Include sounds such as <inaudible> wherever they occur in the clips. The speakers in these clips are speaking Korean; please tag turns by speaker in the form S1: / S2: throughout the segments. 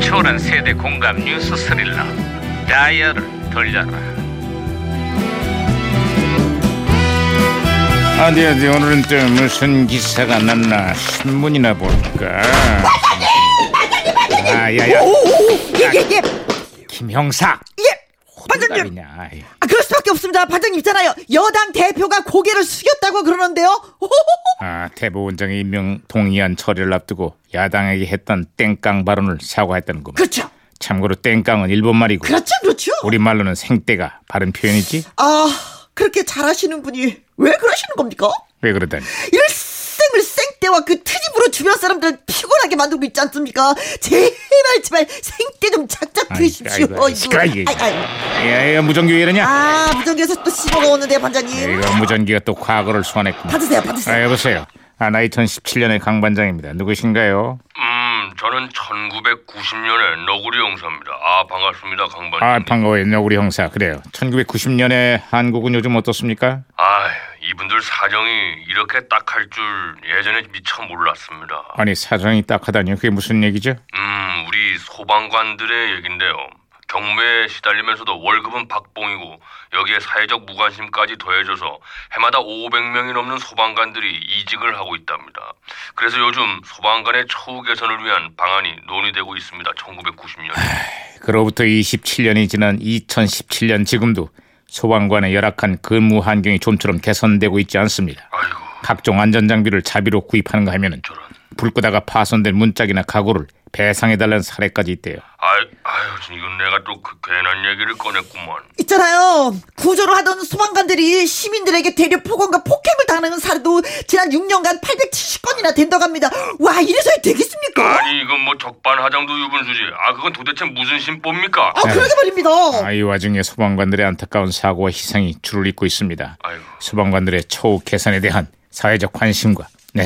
S1: 쏘는 세대 공감 뉴스 스릴러 다이얼을 돌려라
S2: 어디 어디 오늘은 또 무슨 기사가 났나 신문이나 볼까. 아야야
S3: 예예예
S2: 김형사. 어,
S3: 반장님
S2: 냐
S3: 아, 그럴 수밖에 없습니다 반장님 있잖아요 여당 대표가 고개를 숙였다고 그러는데요 <laughs> 호호호호.
S2: 아 대법원장의 임명 동의안 처리를 앞두고 야당에게 했던 땡깡 발언을 사과했다는구만.
S3: 그렇죠
S2: 참고로 땡깡은 일본 말이고
S3: 그렇죠 그렇죠
S2: 우리 말로는 생떼가 바른 표현이지.
S3: 아 그렇게 잘하시는 분이 왜 그러시는 겁니까
S2: 왜 그러다니?
S3: 이럴 쌩을 생떼와 그 트집으로 주변 사람들 피곤하게 만들고 있지 않습니까 제발 제발 생떼 좀 작작 드십시오
S2: 시끄러 이게.
S3: 아이, 아이.
S2: 야야 무전기 왜 이러냐?
S3: 아 무전기에서 또 신호가 오는데 반장님
S2: 이거 무전기가 또 과거를 소환했구만.
S3: 받으세요 받으세요
S2: 아 여보세요. 아 나 2017년의 강 반장입니다. 누구신가요?
S4: 음, 저는 1990년에 너구리 형사입니다. 아, 반갑습니다, 강반님.
S2: 아 반가워요 우리 형사 그래요 1990년에 한국은 요즘 어떻습니까?
S4: 아, 이분들 사정이 이렇게 딱 할 줄 예전에 미처 몰랐습니다.
S2: 아니 사정이 딱하다니 그게 무슨 얘기죠?
S4: 음, 우리 소방관들의 얘긴데요. 경무에 시달리면서도 월급은 박봉이고 여기에 사회적 무관심까지 더해져서 해마다 500명이 넘는 소방관들이 이직을 하고 있답니다. 그래서 요즘 소방관의 처우 개선을 위한 방안이 논의되고 있습니다. 1990년에.
S2: 그로부터 27년이 지난 2017년 지금도 소방관의 열악한 근무 환경이 좀처럼 개선되고 있지 않습니다
S4: 아이고,
S2: 각종 안전장비를 자비로 구입하는가 하면
S4: 저런.
S2: 불 끄다가 파손된 문짝이나 가구를 배상해달라는 사례까지 있대요
S4: 아이, 아유, 지금 이건 내가 또 그 괜한 얘기를 꺼냈구만.
S3: 있잖아요. 구조를 하던 소방관들이 시민들에게 대륙 폭언과 폭행을 당하는 사례도 지난 6년간 870건이나 된다고 합니다. 와, 이래서야 되겠습니까?
S4: 아니, 이건 뭐 적반하장도 유분수지. 아, 그건 도대체 무슨 심보입니까?
S2: 네.
S3: 아, 그러게 말입니다.
S2: 아, 이 와중에 소방관들의 안타까운 사고와 희생이 줄을 잇고 있습니다
S4: 아이고,
S2: 소방관들의 처우 개선에 대한 사회적 관심과 네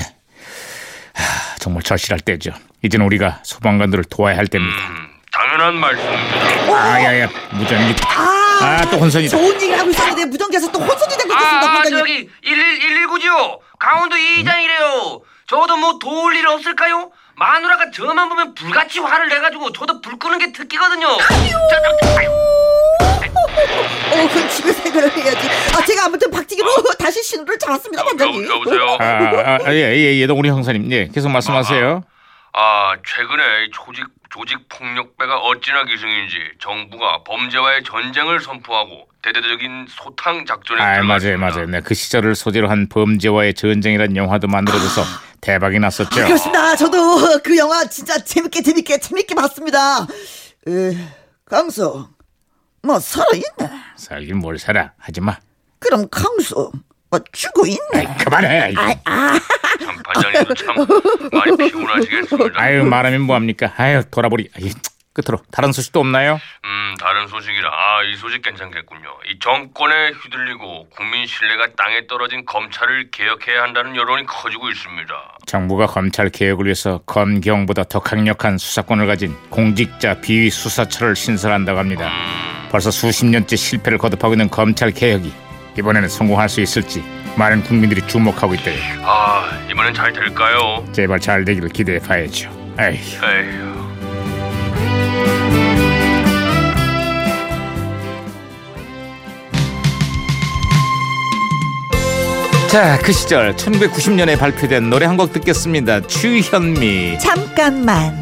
S2: 하, 정말 절실할 때죠. 이제는 우리가 소방관들을 도와야 할 때입니다.
S4: 음, 당연한 말씀입니다.
S2: 아야야 무전기
S3: 아,
S2: 아, 또 혼선이다.
S3: 좋은 얘기를 하고 있었는데 무전기에서 또 혼선이 되고 있습니다.
S5: 아, 아,
S3: 반장님.
S5: 저기 111 119지요. 강원도 이장이래요. 저도 뭐 도울 일 없을까요? 마누라가 저만 보면 불같이 화를 내가지고 저도 불 끄는 게 특기거든요.
S3: 어, 그건 집에서 해결을 해야지. 아, 제가 아무튼 박치기로 다시 신호를
S5: 아,
S3: 잡았습니다, 반장님.
S4: 여, 여보세요?
S2: 아, 아예예 예, 동우리 형사님 예 계속 말씀하세요.
S4: 아, 최근에 이 조직 조직 폭력배가 어찌나 기승인지 정부가 범죄와의 전쟁을 선포하고 대대적인 소탕 작전에
S2: 아 맞아요
S4: 들어갔습니다.
S2: 맞아요. 네, 그 시절을 소재로 한 범죄와의 전쟁이라는 영화도 만들어져서 대박이 났었죠.
S3: 그렇습니다. 저도 그 영화 진짜 재밌게 재밌게 재밌게 봤습니다. 에, 강수, 뭐 살아있네.
S2: 살긴 뭘 살아 하지 마.
S3: 그럼 강수, 뭐 죽어 있네.
S2: 아이, 그만해. 아이고.
S4: 참 반장님도 참 많이 피곤하시겠습니다.
S2: 아유 말하면 뭐합니까? 아유 돌아보리. 아이, 끝으로 다른 소식도 없나요?
S4: 음, 다른 소식이라. 아, 이 소식 괜찮겠군요. 이 정권에 휘둘리고 국민 신뢰가 땅에 떨어진 검찰을 개혁해야 한다는 여론이 커지고 있습니다.
S2: 정부가 검찰 개혁을 위해서 검경보다 더 강력한 수사권을 가진 공직자 비위 수사처를 신설한다고 합니다. 벌써 수십 년째 실패를 거듭하고 있는 검찰 개혁이 이번에는 성공할 수 있을지 많은 국민들이 주목하고 있대요.
S4: 아, 이번엔 잘 될까요?
S2: 제발 잘 되기를 기대해 봐야죠. 에이.
S4: 에휴.
S2: 자, 그 시절 1990년에 발표된 노래 한 곡 듣겠습니다. 추현미.
S3: 잠깐만.